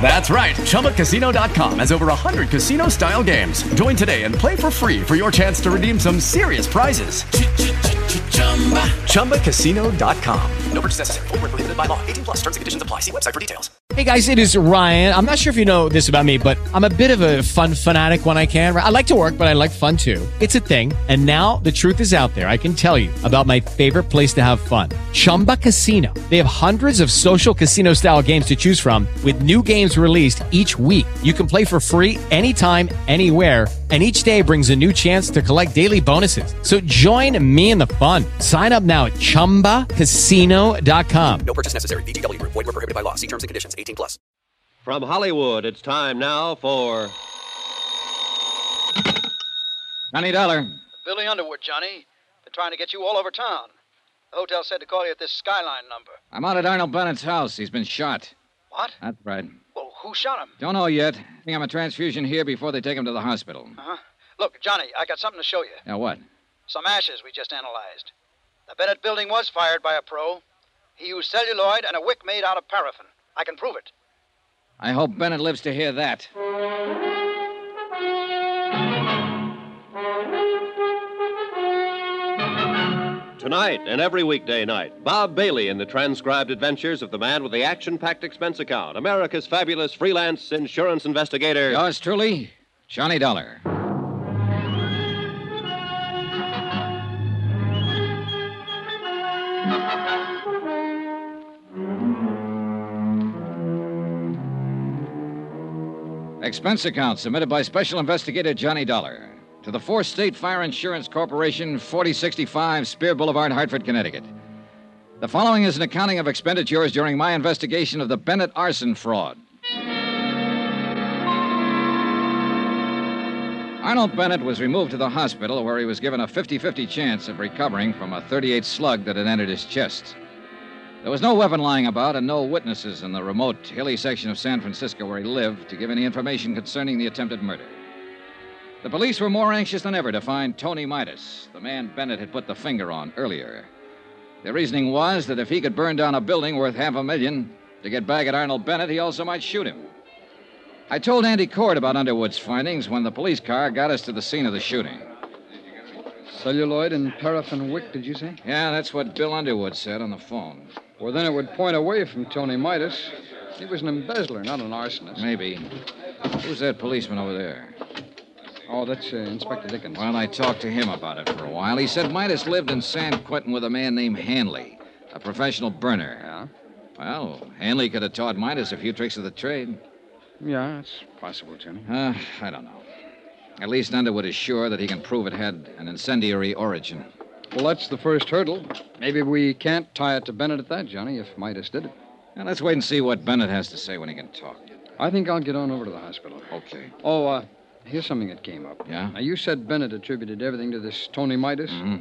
That's right. ChumbaCasino.com has over 100 casino style games. Join today and play for free for your chance to redeem some serious prizes. ChumbaCasino.com. No purchase necessary. Void where prohibited by law. 18 plus terms and conditions apply. See website for details. Hey guys, it is Ryan. I'm not sure if you know this about me, but I'm a bit of a fun fanatic when I can. I like to work, but I like fun too. It's a thing. And now the truth is out there. I can tell you about my favorite place to have fun Chumba Casino. They have hundreds of social casino style games to choose from, with new games released each week. You can play for free anytime, anywhere. And each day brings a new chance to collect daily bonuses. So join me in the fun. Sign up now at chumbacasino.com. No purchase necessary. VGW Group. Void were prohibited by law. See terms and conditions. 18 plus. From Hollywood, it's time now for. Johnny Dollar. Billy Underwood, Johnny. Been trying to get you all over town. The hotel said to call you at this skyline number. I'm out at Arnold Bennett's house. He's been shot. What? That's right. Well, who shot him? Don't know yet. Think I'm a transfusion here before they take him to the hospital. Huh? Look, Johnny, I got something to show you. Now what? Some ashes we just analyzed. The Bennett building was fired by a pro. He used celluloid and a wick made out of paraffin. I can prove it. I hope Bennett lives to hear that. Tonight and every weekday night, Bob Bailey in the transcribed adventures of the man with the action packed expense account, America's fabulous freelance insurance investigator. Yours truly, Johnny Dollar. Expense account submitted by Special Investigator Johnny Dollar to the Four State Fire Insurance Corporation, 4065 Spear Boulevard, Hartford, Connecticut. The following is an accounting of expenditures during my investigation of the Bennett arson fraud. Arnold Bennett was removed to the hospital where he was given a 50 50 chance of recovering from a 38 slug that had entered his chest. There was no weapon lying about and no witnesses in the remote, hilly section of San Francisco where he lived to give any information concerning the attempted murder. The police were more anxious than ever to find Tony Midas, the man Bennett had put the finger on earlier. Their reasoning was that if he could burn down a building worth half a million to get back at Arnold Bennett, he also might shoot him. I told Andy Cord about Underwood's findings when the police car got us to the scene of the shooting. Celluloid and paraffin wick, did you say? Yeah, that's what Bill Underwood said on the phone. Well, then it would point away from Tony Midas. He was an embezzler, not an arsonist. Maybe. Who's that policeman over there? Oh, that's uh, Inspector Dickens. Well, I talked to him about it for a while. He said Midas lived in San Quentin with a man named Hanley, a professional burner. Yeah? Well, Hanley could have taught Midas a few tricks of the trade. Yeah, it's possible, Johnny. Uh, I don't know. At least Underwood is sure that he can prove it had an incendiary origin. Well, that's the first hurdle. Maybe we can't tie it to Bennett at that, Johnny, if Midas did it. Now, let's wait and see what Bennett has to say when he can talk. I think I'll get on over to the hospital. Okay. Oh, uh, here's something that came up. Yeah? Now, you said Bennett attributed everything to this Tony Midas. Mhm.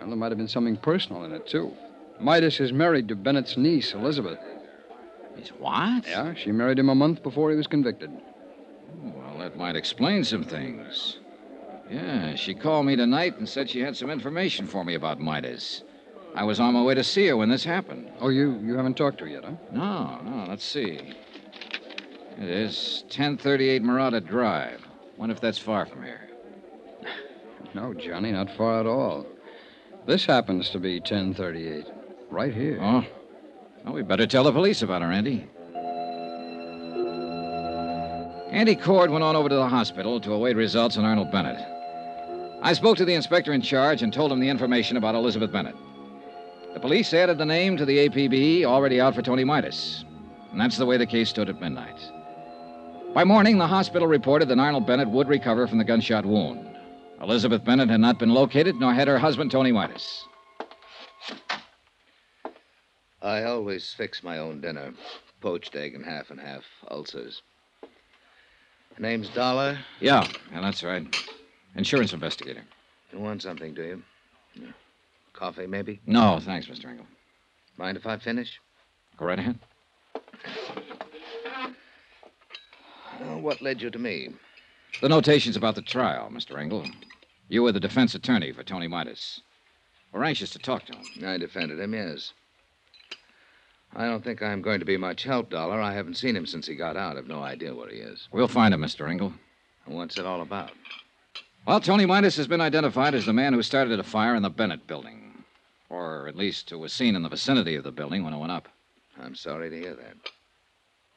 Well, there might have been something personal in it, too. Midas is married to Bennett's niece, Elizabeth. He's what? Yeah, she married him a month before he was convicted. Well, that might explain some things. Yeah, she called me tonight and said she had some information for me about Midas. I was on my way to see her when this happened. Oh, you, you haven't talked to her yet, huh? No, no, let's see. It is 1038 Murata Drive. Wonder if that's far from here. No, Johnny, not far at all. This happens to be 1038, right here. Oh, well, we better tell the police about her, Andy. Andy Cord went on over to the hospital to await results on Arnold Bennett. I spoke to the inspector in charge and told him the information about Elizabeth Bennett. The police added the name to the APB already out for Tony Midas. And that's the way the case stood at midnight. By morning, the hospital reported that Arnold Bennett would recover from the gunshot wound. Elizabeth Bennett had not been located, nor had her husband, Tony Midas. I always fix my own dinner poached egg and half and half, ulcers. Name's Dollar. Yeah, yeah, that's right. Insurance investigator. You want something, do you? Yeah. Coffee, maybe? No, thanks, Mr. Engel. Mind if I finish? Go right ahead. what led you to me? The notations about the trial, Mr. Engel. You were the defense attorney for Tony Midas. We're anxious to talk to him. I defended him, yes. I don't think I'm going to be much help, Dollar. I haven't seen him since he got out. I've no idea where he is. We'll find him, Mr. Engel. And what's it all about? Well, Tony Midas has been identified as the man who started a fire in the Bennett building, or at least who was seen in the vicinity of the building when it went up. I'm sorry to hear that.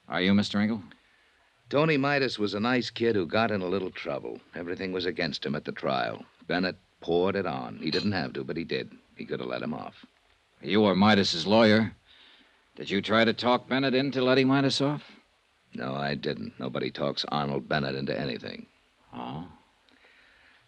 Are you, Mr. Engel? Tony Midas was a nice kid who got in a little trouble. Everything was against him at the trial. Bennett poured it on. He didn't have to, but he did. He could have let him off. You were Midas's lawyer. Did you try to talk Bennett into letting Midas off? No, I didn't. Nobody talks Arnold Bennett into anything. Oh.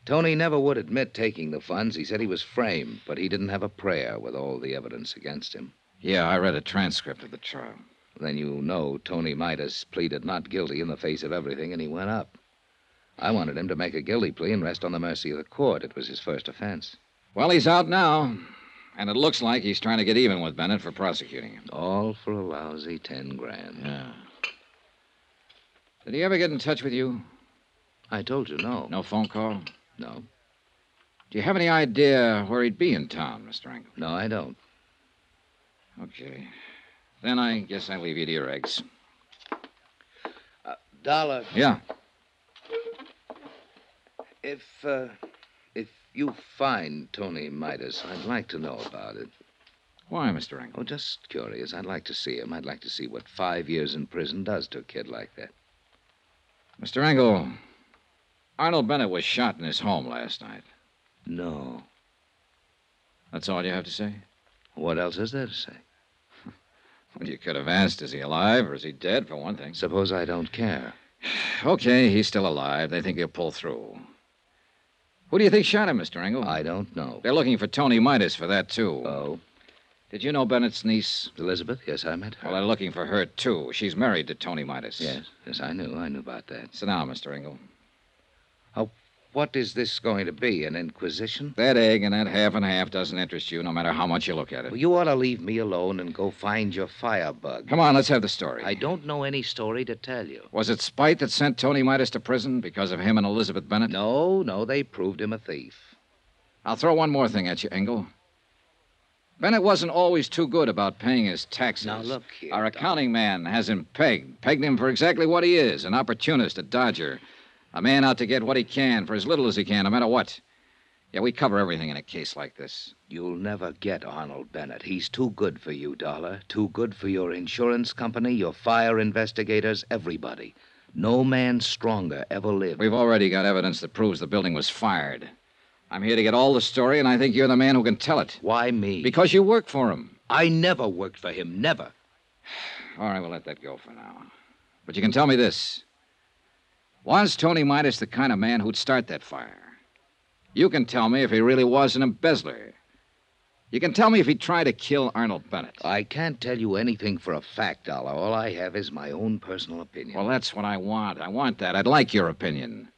Tony never would admit taking the funds. He said he was framed, but he didn't have a prayer with all the evidence against him. Yeah, I read a transcript of the trial. Then you know Tony Midas pleaded not guilty in the face of everything, and he went up. I wanted him to make a guilty plea and rest on the mercy of the court. It was his first offense. Well, he's out now, and it looks like he's trying to get even with Bennett for prosecuting him. All for a lousy ten grand. Yeah. Did he ever get in touch with you? I told you no. No phone call? No. Do you have any idea where he'd be in town, Mr. Engel? No, I don't. Okay. Then I guess I leave you to your eggs. Uh, Dollar, Yeah. if uh, if you find Tony Midas, I'd like to know about it. Why, Mr. Engel? Oh, just curious. I'd like to see him. I'd like to see what five years in prison does to a kid like that. Mr. Engel, Arnold Bennett was shot in his home last night. No. That's all you have to say? What else is there to say? Well, you could have asked, is he alive or is he dead, for one thing. Suppose I don't care. Okay, he's still alive. They think he'll pull through. Who do you think shot him, Mr. Engel? I don't know. They're looking for Tony Midas for that, too. Oh, Did you know Bennett's niece? Elizabeth? Yes, I met her. Well, they're looking for her, too. She's married to Tony Midas. yes, yes, I knew. I knew about that. Sit down, Mr. Engel. What is this going to be? An inquisition? That egg and that half and half doesn't interest you, no matter how much you look at it. Well, you ought to leave me alone and go find your firebug. Come on, let's have the story. I don't know any story to tell you. Was it spite that sent Tony Midas to prison because of him and Elizabeth Bennett? No, no, they proved him a thief. I'll throw one more thing at you, Engel. Bennett wasn't always too good about paying his taxes. Now, look here, Our Doc. accounting man has him pegged, pegged him for exactly what he is an opportunist, a dodger, a man out to get what he can for as little as he can, no matter what. Yeah, we cover everything in a case like this. You'll never get Arnold Bennett. He's too good for you, Dollar. Too good for your insurance company, your fire investigators, everybody. No man stronger ever lived. We've already got evidence that proves the building was fired. I'm here to get all the story, and I think you're the man who can tell it. Why me? Because you work for him. I never worked for him, never. All right, we'll let that go for now. But you can tell me this. Was Tony Midas the kind of man who'd start that fire? You can tell me if he really was an embezzler. You can tell me if he tried to kill Arnold Bennett. I can't tell you anything for a fact, Dollar. All I have is my own personal opinion. Well, that's what I want. I want that. I'd like your opinion.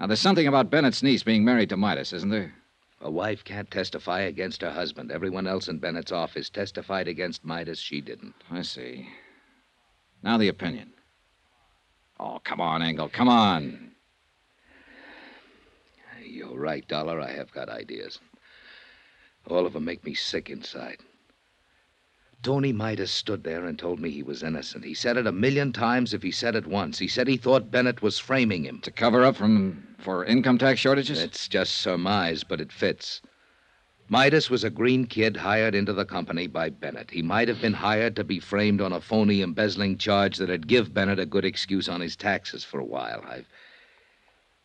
Now, there's something about Bennett's niece being married to Midas, isn't there? A wife can't testify against her husband. Everyone else in Bennett's office testified against Midas. She didn't. I see. Now, the opinion. Oh, come on, Engel. Come on. You're right, Dollar. I have got ideas. All of them make me sick inside. Tony Midas stood there and told me he was innocent. He said it a million times if he said it once. He said he thought Bennett was framing him. To cover up from for income tax shortages? It's just surmise, but it fits. Midas was a green kid hired into the company by Bennett. He might have been hired to be framed on a phony embezzling charge that'd give Bennett a good excuse on his taxes for a while. I've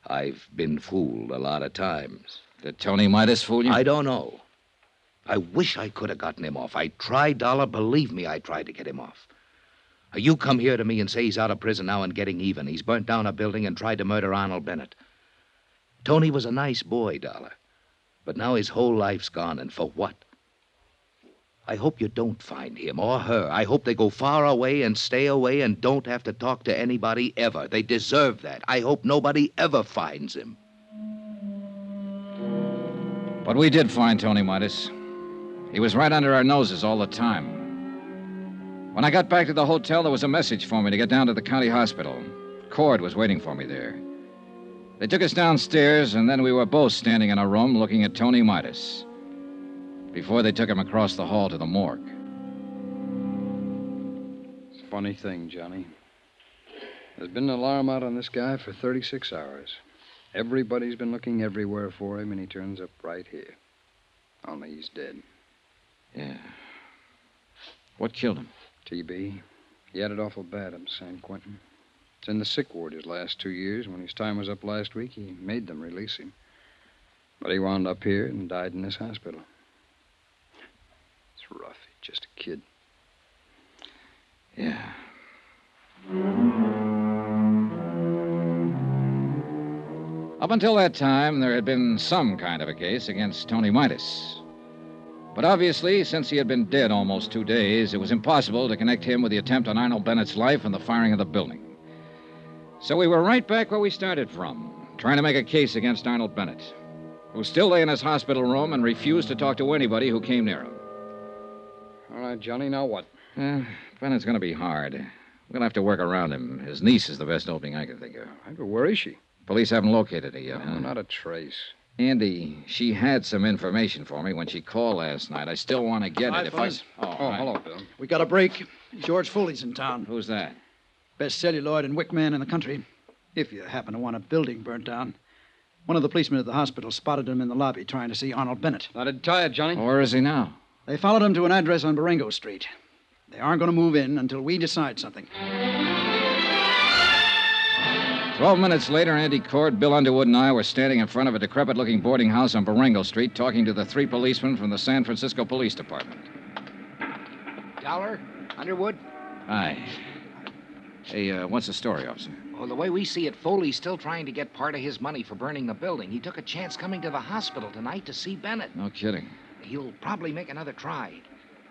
I've been fooled a lot of times. Did Tony Midas fool you? I don't know. I wish I could have gotten him off. I tried, Dollar. Believe me, I tried to get him off. Uh, You come here to me and say he's out of prison now and getting even. He's burnt down a building and tried to murder Arnold Bennett. Tony was a nice boy, Dollar. But now his whole life's gone, and for what? I hope you don't find him or her. I hope they go far away and stay away and don't have to talk to anybody ever. They deserve that. I hope nobody ever finds him. But we did find Tony Midas. He was right under our noses all the time. When I got back to the hotel, there was a message for me to get down to the county hospital. Cord was waiting for me there. They took us downstairs, and then we were both standing in a room looking at Tony Midas before they took him across the hall to the morgue. Funny thing, Johnny. There's been an alarm out on this guy for 36 hours. Everybody's been looking everywhere for him, and he turns up right here. Only he's dead. Yeah. What killed him? TB. He had it awful bad up in San Quentin. It's in the sick ward his last two years. When his time was up last week, he made them release him. But he wound up here and died in this hospital. It's rough. He's just a kid. Yeah. Up until that time, there had been some kind of a case against Tony Midas. But obviously, since he had been dead almost two days, it was impossible to connect him with the attempt on Arnold Bennett's life and the firing of the building. So we were right back where we started from, trying to make a case against Arnold Bennett, who still lay in his hospital room and refused to talk to anybody who came near him. All right, Johnny, now what? Uh, Bennett's going to be hard. We'll have to work around him. His niece is the best opening I can think of. All right, but where is she? Police haven't located her yet. No, huh? not a trace. Andy, she had some information for me when she called last night. I still want to get Hi, it. If I... fellas. Oh, Oh, hi. hello, Bill. We got a break. George Foley's in town. Who's that? Best celluloid and wick man in the country. If you happen to want a building burnt down. One of the policemen at the hospital spotted him in the lobby trying to see Arnold Bennett. Not a tire, Johnny. Where is he now? They followed him to an address on Barango Street. They aren't going to move in until we decide something. Twelve minutes later, Andy Cord, Bill Underwood, and I were standing in front of a decrepit looking boarding house on Barango Street talking to the three policemen from the San Francisco Police Department. Dollar? Underwood? Hi. Hey, uh, what's the story, officer? Well, the way we see it, Foley's still trying to get part of his money for burning the building. He took a chance coming to the hospital tonight to see Bennett. No kidding. He'll probably make another try.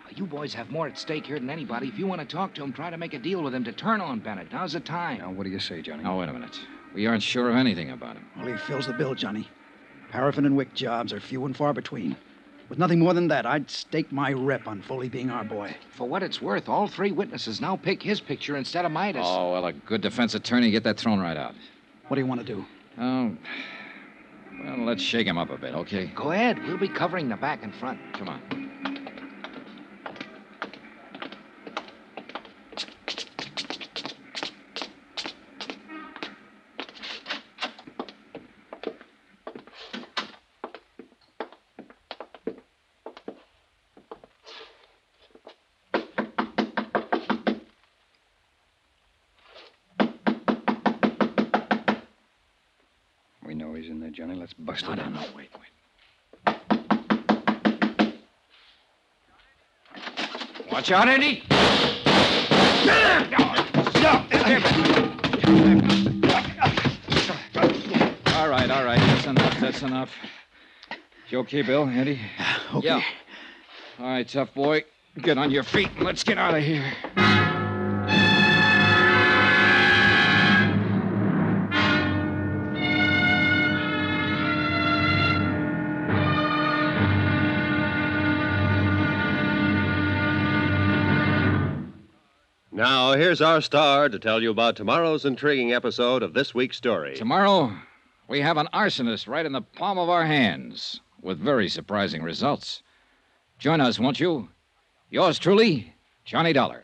Uh, You boys have more at stake here than anybody. If you want to talk to him, try to make a deal with him to turn on Bennett. Now's the time. Now, what do you say, Johnny? Now, wait a minute. We aren't sure of anything about him. Well, he fills the bill, Johnny. Paraffin and wick jobs are few and far between. With nothing more than that, I'd stake my rep on Foley being our boy. For what it's worth, all three witnesses now pick his picture instead of Midas. Oh, well, a good defense attorney, get that thrown right out. What do you want to do? Oh, well, let's shake him up a bit, okay? Go ahead. We'll be covering the back and front. Come on. We know he's in there, Johnny. Let's bust No, it no, in. no, wait, wait. Watch out, Andy. All right, all right. That's enough. That's enough. You okay, Bill? Eddie? Okay. Yeah. All right, tough boy. Get on your feet and let's get out of here. Now, here's our star to tell you about tomorrow's intriguing episode of this week's story. Tomorrow, we have an arsonist right in the palm of our hands with very surprising results. Join us, won't you? Yours truly, Johnny Dollar.